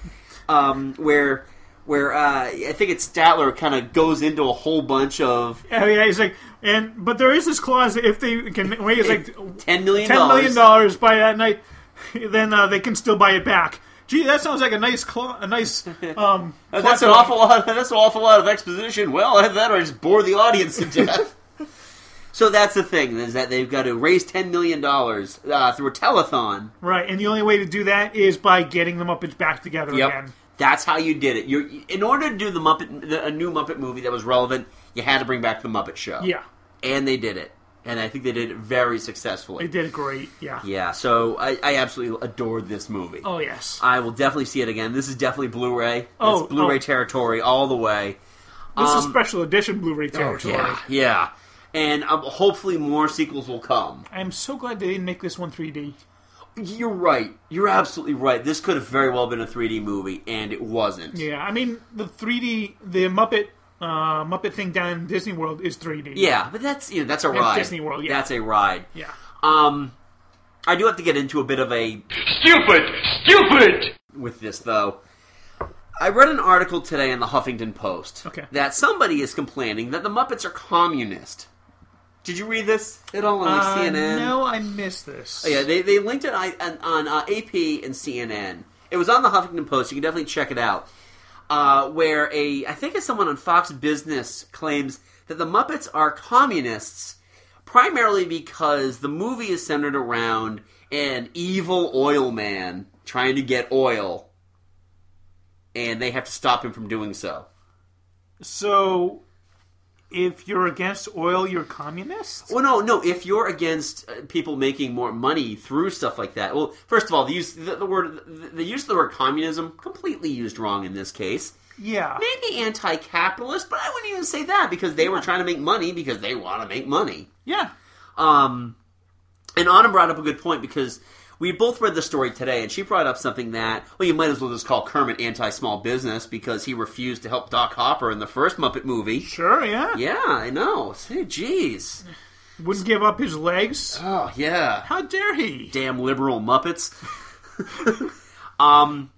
[SPEAKER 5] um, where where uh, I think it's Statler kind of goes into a whole bunch of
[SPEAKER 6] Oh yeah, he's like, and but there is this clause that if they can wait, it's like
[SPEAKER 5] ten million
[SPEAKER 6] ten million
[SPEAKER 5] dollars.
[SPEAKER 6] dollars by that night, then uh, they can still buy it back. Gee, that sounds like a nice, cla a nice. Um,
[SPEAKER 5] That's an awful lot. That's an awful lot of exposition. Well, either that or I just bore the audience to death. so that's the thing is that they've got to raise ten million dollars uh, through a telethon.
[SPEAKER 6] right, and the only way to do that is by getting the Muppets back together again.
[SPEAKER 5] That's how you did it. You, in order to do the Muppet, the, a new Muppet movie that was relevant, you had to bring back the Muppet Show.
[SPEAKER 6] Yeah,
[SPEAKER 5] and they did it, and I think they did it very successfully.
[SPEAKER 6] they did great. Yeah.
[SPEAKER 5] Yeah, so I, I absolutely adored this movie.
[SPEAKER 6] Oh yes.
[SPEAKER 5] I will definitely see it again. This is definitely Blu-ray.
[SPEAKER 6] Oh,
[SPEAKER 5] it's Blu-ray
[SPEAKER 6] oh.
[SPEAKER 5] territory all the way.
[SPEAKER 6] This
[SPEAKER 5] Um,
[SPEAKER 6] is
[SPEAKER 5] Oh,
[SPEAKER 6] special edition Blu-ray territory.
[SPEAKER 5] Yeah, yeah. And um, hopefully more sequels will come.
[SPEAKER 6] I'm so glad they didn't make this one 3D.
[SPEAKER 5] You're right. You're absolutely right. This could have very well been a 3D movie, and it wasn't.
[SPEAKER 6] Yeah, I mean the 3D, the Muppet uh, Muppet thing down in Disney World is 3D.
[SPEAKER 5] Yeah, but that's you know that's a ride.
[SPEAKER 6] Disney World, yeah.
[SPEAKER 5] that's a ride.
[SPEAKER 6] yeah.
[SPEAKER 5] Um, I do have to get into a bit of a
[SPEAKER 11] Stupid! Stupid!
[SPEAKER 5] with this though. I read an article today in the Huffington Post
[SPEAKER 6] Okay.
[SPEAKER 5] that somebody is complaining that the Muppets are communist. Did you read this at all on like
[SPEAKER 6] Uh,
[SPEAKER 5] CNN?
[SPEAKER 6] No, I missed this.
[SPEAKER 5] Oh, yeah, they, they linked it on, on, on uh, AP and CNN. It was on the Huffington Post. You can definitely check it out. Uh, where a I think it's someone on Fox Business claims that the Muppets are communists primarily because the movie is centered around an evil oil man trying to get oil, and they have to stop him from doing so.
[SPEAKER 6] So, if you're against oil, you're communist.
[SPEAKER 5] Well, no, no. If you're against uh, people making more money through stuff like that, well, first of all, the use the, the word the, the use of the word communism completely used wrong in this case.
[SPEAKER 6] Yeah.
[SPEAKER 5] Maybe anti-capitalist, but I wouldn't even say that because they were trying to make money because they want to make money.
[SPEAKER 6] Yeah.
[SPEAKER 5] Um, and Anna brought up a good point because we both read the story today, and she brought up something that well, you might as well just call Kermit anti-small business because he refused to help Doc Hopper in the first Muppet movie.
[SPEAKER 6] Sure. Yeah.
[SPEAKER 5] Yeah, I know. See, Jeez.
[SPEAKER 6] Wouldn't give up his legs.
[SPEAKER 5] Oh, yeah.
[SPEAKER 6] How dare he?
[SPEAKER 5] damn liberal Muppets. um,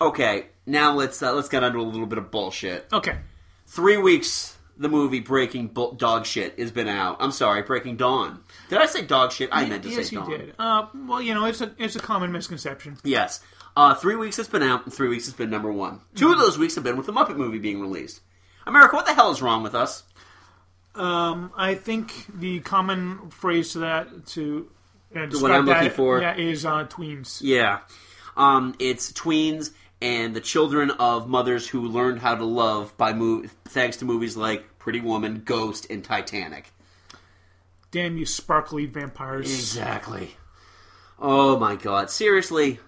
[SPEAKER 5] okay, now let's uh, let's get onto a little bit of bullshit.
[SPEAKER 6] Okay.
[SPEAKER 5] Three weeks, the movie Breaking Bu- Dog Shit has been out. I'm sorry, Breaking Dawn. Did I say dog shit? I meant to
[SPEAKER 6] yes,
[SPEAKER 5] say
[SPEAKER 6] you
[SPEAKER 5] dawn.
[SPEAKER 6] did. Uh, well, you know, it's a it's a common misconception.
[SPEAKER 5] Yes. Uh, three weeks it's been out, and three weeks it's been number one. Two
[SPEAKER 6] Mm-hmm.
[SPEAKER 5] of those weeks have been with the Muppet movie being released. America, what the hell is wrong with us?
[SPEAKER 6] Um, I think the common phrase to that to uh,
[SPEAKER 5] What I'm
[SPEAKER 6] describe that,
[SPEAKER 5] looking for.
[SPEAKER 6] yeah, is uh, tweens.
[SPEAKER 5] Yeah. Um, it's tweens and the children of mothers who learned how to love by mov- thanks to movies like Pretty Woman, Ghost, and Titanic.
[SPEAKER 6] Damn you, sparkly vampires!
[SPEAKER 5] Exactly. Oh my god. Seriously.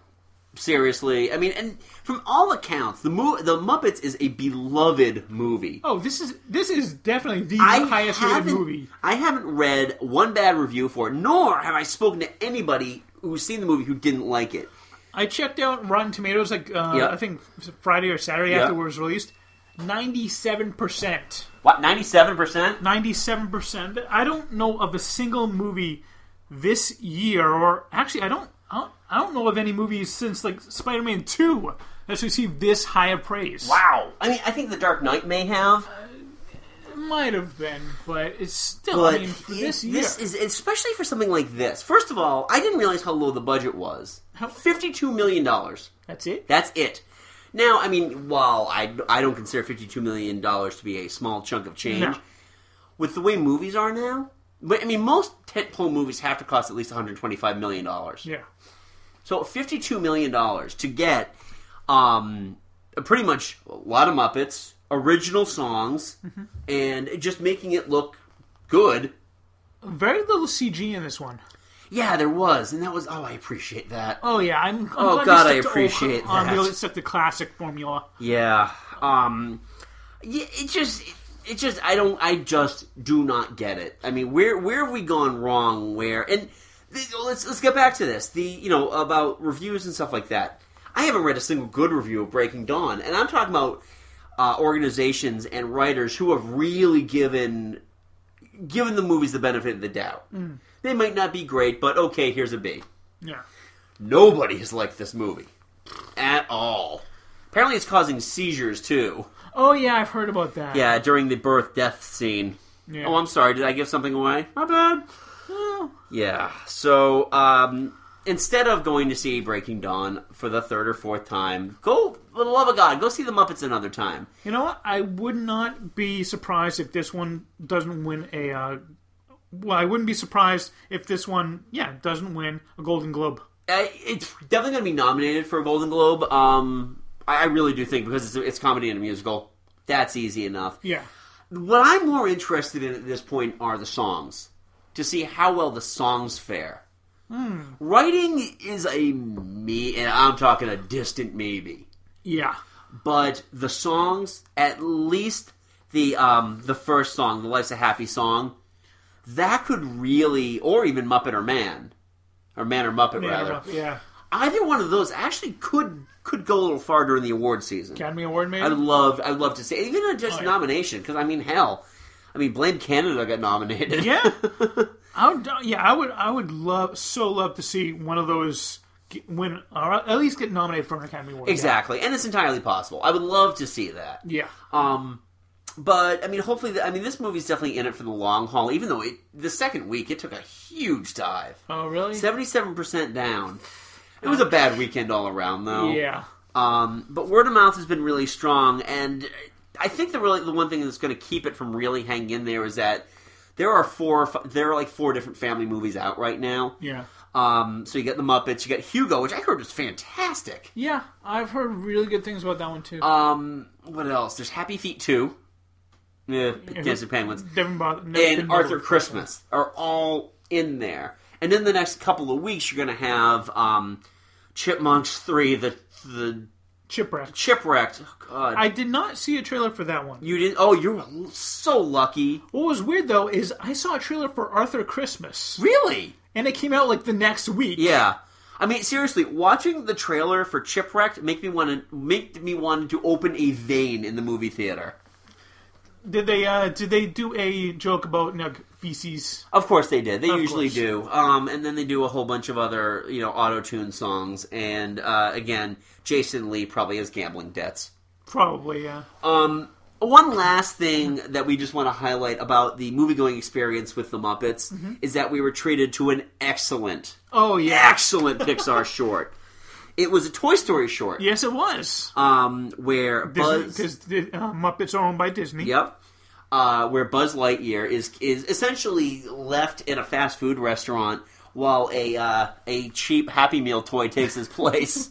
[SPEAKER 5] Seriously. I mean, and from all accounts, the mo- the Muppets is a beloved movie.
[SPEAKER 6] Oh, this is this is definitely the
[SPEAKER 5] I
[SPEAKER 6] highest rated
[SPEAKER 5] haven't-
[SPEAKER 6] movie.
[SPEAKER 5] I haven't read one bad review for it, nor have I spoken to anybody who's seen the movie who didn't like it.
[SPEAKER 6] I checked out Rotten Tomatoes like uh,
[SPEAKER 5] Yeah.
[SPEAKER 6] I think Friday or Saturday
[SPEAKER 5] Yeah.
[SPEAKER 6] after it was released. Ninety-seven percent.
[SPEAKER 5] What? Ninety-seven percent.
[SPEAKER 6] Ninety-seven percent. I don't know of a single movie this year, or actually, I don't. I don't, I don't know of any movies since like Spider-Man Two that's received this high of praise.
[SPEAKER 5] Wow. I mean, I think The Dark Knight may have.
[SPEAKER 6] Might have been, but it's still.
[SPEAKER 5] But
[SPEAKER 6] I mean, for
[SPEAKER 5] it-
[SPEAKER 6] this year,
[SPEAKER 5] this is especially for something like this. First of all, I didn't realize how low the budget was. Fifty-two million dollars.
[SPEAKER 6] that's it.
[SPEAKER 5] That's it. Now, I mean, while I, I don't consider fifty-two million dollars to be a small chunk of change,
[SPEAKER 6] No.
[SPEAKER 5] with the way movies are now, but I mean, most tentpole movies have to cost at least one hundred twenty-five million dollars.
[SPEAKER 6] Yeah.
[SPEAKER 5] So fifty-two million dollars to get um, pretty much a lot of Muppets, original songs,
[SPEAKER 6] Mm-hmm.
[SPEAKER 5] and just making it look good.
[SPEAKER 6] Very little CG in this one.
[SPEAKER 5] Yeah, there was, and that was oh, I appreciate that.
[SPEAKER 6] Oh yeah, I'm. I'm
[SPEAKER 5] Oh,
[SPEAKER 6] glad
[SPEAKER 5] God,
[SPEAKER 6] they
[SPEAKER 5] I
[SPEAKER 6] stuck to
[SPEAKER 5] appreciate
[SPEAKER 6] old, Um,
[SPEAKER 5] that.
[SPEAKER 6] really stuck to classic formula.
[SPEAKER 5] Yeah, um, yeah, it just. It, it just I don't I just do not get it. I mean, where where have we gone wrong? Where and th- let's let's get back to this. The you know about reviews and stuff like that. I haven't read a single good review of Breaking Dawn, and I'm talking about uh, organizations and writers who have really given given the movies the benefit of the doubt. They might not be great, but okay, here's a B.
[SPEAKER 6] Yeah.
[SPEAKER 5] Nobody has liked this movie at all. Apparently, it's causing seizures too.
[SPEAKER 6] Oh yeah, I've heard about that.
[SPEAKER 5] Yeah, during the birth death scene.
[SPEAKER 6] Yeah.
[SPEAKER 5] Oh, I'm sorry. Did I give something away?
[SPEAKER 6] My bad.
[SPEAKER 5] Yeah. So um, instead of going to see Breaking Dawn for the third or fourth time, go for the love of God, go see the Muppets another time.
[SPEAKER 6] You know what? I would not be surprised if this one doesn't win a. Uh, well, I wouldn't be surprised if this one, yeah, doesn't win a Golden Globe.
[SPEAKER 5] Uh, it's definitely going to be nominated for a Golden Globe. Um, I, I really do think because it's, it's comedy and a musical. That's easy enough.
[SPEAKER 6] Yeah.
[SPEAKER 5] What I'm more interested in at this point are the songs to see how well the songs fare. Hmm. Writing is a me, and I'm talking a distant maybe.
[SPEAKER 6] Yeah.
[SPEAKER 5] But the songs, at least the um, the first song, "The Life's a Happy Song," that could really, or even Muppet or Man, or Man or Muppet rather.
[SPEAKER 6] Yeah.
[SPEAKER 5] Either one of those actually could could go a little far during the award season.
[SPEAKER 6] Academy Award maybe.
[SPEAKER 5] I would love, I would love to see even a just
[SPEAKER 6] Oh, yeah.
[SPEAKER 5] nomination because I mean, hell, I mean, blame Canada got nominated.
[SPEAKER 6] yeah. I would. Yeah, I would. I would love so love to see one of those get, win or at least get nominated for an Academy Award.
[SPEAKER 5] exactly, and it's entirely possible. I would love to see that.
[SPEAKER 6] Yeah.
[SPEAKER 5] Um, but I mean, hopefully, the, I mean, this movie's definitely in it for the long haul. Even though it, the second week, it took a huge dive,
[SPEAKER 6] Oh really?
[SPEAKER 5] seventy-seven percent down. It was a bad weekend all around, though.
[SPEAKER 6] Yeah.
[SPEAKER 5] Um, but word of mouth has been really strong, and I think the really the one thing that's going to keep it from really hanging in there is that there are four, or fi- there are like four different family movies out right now.
[SPEAKER 6] Yeah.
[SPEAKER 5] Um, so you got the Muppets, you got Hugo, which I heard was fantastic.
[SPEAKER 6] Yeah. I've heard really good things about that one too.
[SPEAKER 5] Um, what else? There's Happy Feet Two, yeah, Dancing Penguins,
[SPEAKER 6] Never bothered- never been
[SPEAKER 5] and
[SPEAKER 6] bothered
[SPEAKER 5] Arthur
[SPEAKER 6] with-
[SPEAKER 5] Christmas are all in there. And in the next couple of weeks, you're going to have um, Chipmunks Three, the the
[SPEAKER 6] Shipwreck.
[SPEAKER 5] Chipwrecked. Oh, God,
[SPEAKER 6] I did not see a trailer for that one.
[SPEAKER 5] you didn't. Oh, you're so lucky.
[SPEAKER 6] What was weird though is I saw a trailer for Arthur Christmas,
[SPEAKER 5] Really?
[SPEAKER 6] and it came out like the next week.
[SPEAKER 5] Yeah. I mean, seriously, watching the trailer for Chipwrecked make me want to make me want to open a vein in the movie theater.
[SPEAKER 6] Did they? uh Did they do a joke about you know, feces?
[SPEAKER 5] Of course they did. They
[SPEAKER 6] Of
[SPEAKER 5] usually
[SPEAKER 6] course.
[SPEAKER 5] do. Um, and then they do a whole bunch of other, you know, auto tune songs. And uh, again, Jason Lee probably has gambling debts.
[SPEAKER 6] Probably. Yeah.
[SPEAKER 5] Um, one last thing that we just want to highlight about the movie going experience with the Muppets
[SPEAKER 6] Mm-hmm.
[SPEAKER 5] is that we were treated to an excellent,
[SPEAKER 6] Oh yeah.
[SPEAKER 5] excellent Pixar short. It was a Toy Story short.
[SPEAKER 6] Yes, it was.
[SPEAKER 5] Um, where Buzz.
[SPEAKER 6] Because uh, Muppets are owned by Disney.
[SPEAKER 5] Yep. Uh, where Buzz Lightyear is is essentially left in a fast food restaurant while a uh, a cheap Happy Meal toy takes his place.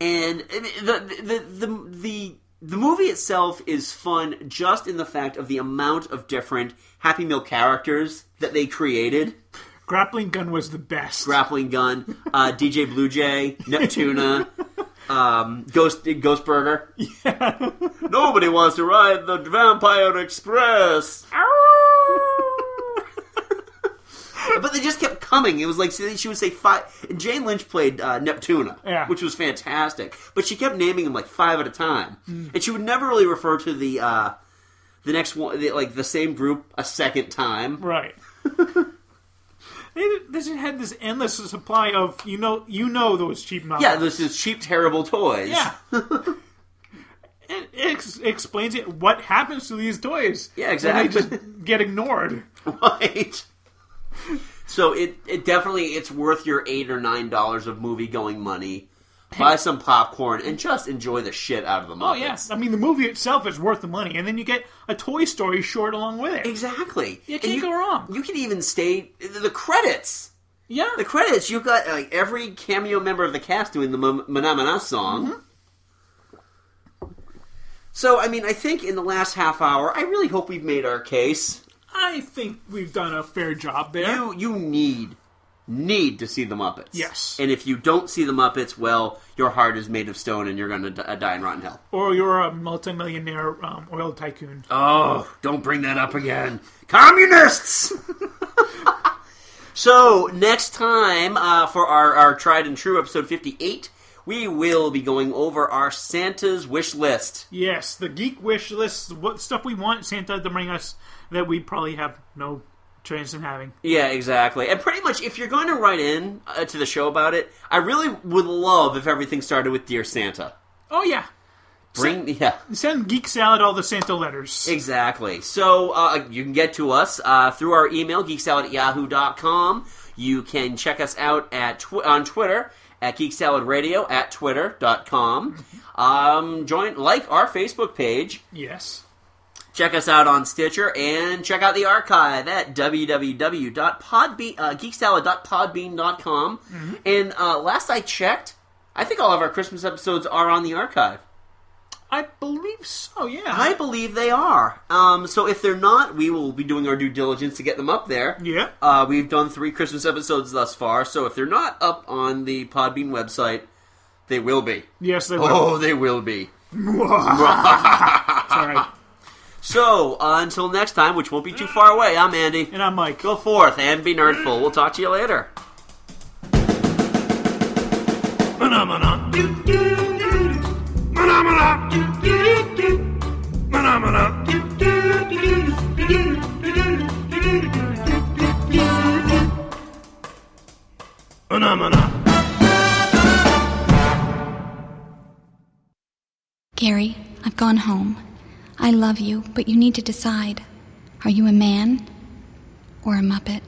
[SPEAKER 5] and the the, the the the the movie itself is fun just in the fact of the amount of different Happy Meal characters that they created.
[SPEAKER 6] Grappling gun was the best.
[SPEAKER 5] Grappling Gun, uh, DJ Blue Jay, Neptuna, um, Ghost Ghost Burger. Nobody wants to ride the Vampire Express. but they just kept coming. It was like she would say five. And Jane Lynch played uh, Neptuna,
[SPEAKER 6] Yeah.
[SPEAKER 5] which was fantastic. But she kept naming them like five at a time,
[SPEAKER 6] Mm.
[SPEAKER 5] and she would never really refer to the uh, the next one, the, like the same group, a second time.
[SPEAKER 6] Right. They just had this endless supply of you know you know those cheap novels.
[SPEAKER 5] Yeah, this is cheap, terrible toys.
[SPEAKER 6] Yeah. it, it ex- explains it what happens to these toys.
[SPEAKER 5] Yeah,
[SPEAKER 6] when
[SPEAKER 5] exactly.
[SPEAKER 6] they just get ignored.
[SPEAKER 5] right. So it, it definitely it's worth your eight or nine dollars of movie going money. Buy some popcorn and just enjoy the shit out of the Muppets.
[SPEAKER 6] Oh yes, I mean the movie itself is worth the money, and then you get a Toy Story short along with it.
[SPEAKER 5] Exactly.
[SPEAKER 6] You
[SPEAKER 5] And
[SPEAKER 6] can't go wrong.
[SPEAKER 5] You can even stay the credits.
[SPEAKER 6] Yeah.
[SPEAKER 5] The credits. You've got like every cameo member of the cast doing the Mon- Manamana song.
[SPEAKER 6] Mm-hmm.
[SPEAKER 5] So I mean, I think in the last half hour, I really hope we've made our case.
[SPEAKER 6] I think we've done a fair job there.
[SPEAKER 5] You you need need to see the Muppets.
[SPEAKER 6] Yes.
[SPEAKER 5] And if you don't see the Muppets, well, your heart is made of stone, and you're going to die in rotten hell.
[SPEAKER 6] or you're a multimillionaire um, oil tycoon.
[SPEAKER 5] Oh, don't bring that up again. Communists! so, next time uh, for our, our tried and true episode 58, we will be going over our Santa's wish list.
[SPEAKER 6] Yes, the geek wish list, what stuff we want Santa to bring us that we probably have no chance in having.
[SPEAKER 5] Yeah, exactly. And pretty much, if you're going to write in uh, to the show about it, I really would love if everything started with Dear Santa.
[SPEAKER 6] Oh yeah,
[SPEAKER 5] Bring, yeah.
[SPEAKER 6] send Geek Salad all the Santa letters.
[SPEAKER 5] Exactly. So uh, you can get to us uh, through our email, geeksalad at yahoo.com. You can check us out at tw- on Twitter at geeksaladradio at twitter.com. Um, join, like our Facebook page.
[SPEAKER 6] Yes.
[SPEAKER 5] Check us out on Stitcher and check out the archive at www.podbean, uh, geeksalad.podbean.com. And uh, last I checked, I think all of our Christmas episodes are on the archive.
[SPEAKER 6] I believe so. Yeah.
[SPEAKER 5] I believe they are. Um, so if they're not, we will be doing our due diligence to get them up there.
[SPEAKER 6] Yeah.
[SPEAKER 5] Uh, we've done three Christmas episodes thus far, so if they're not up on the Podbean website, they will be.
[SPEAKER 6] Yes, they
[SPEAKER 5] Oh,
[SPEAKER 6] will.
[SPEAKER 5] they will be.
[SPEAKER 6] Sorry.
[SPEAKER 5] So uh, until next time, which won't be too far away, I'm Andy.
[SPEAKER 6] And I'm Mike.
[SPEAKER 5] Go forth and be nerdful. We'll talk to you later.
[SPEAKER 12] Gary, I've gone home. I love you, but you need to decide. Are you a man or a Muppet?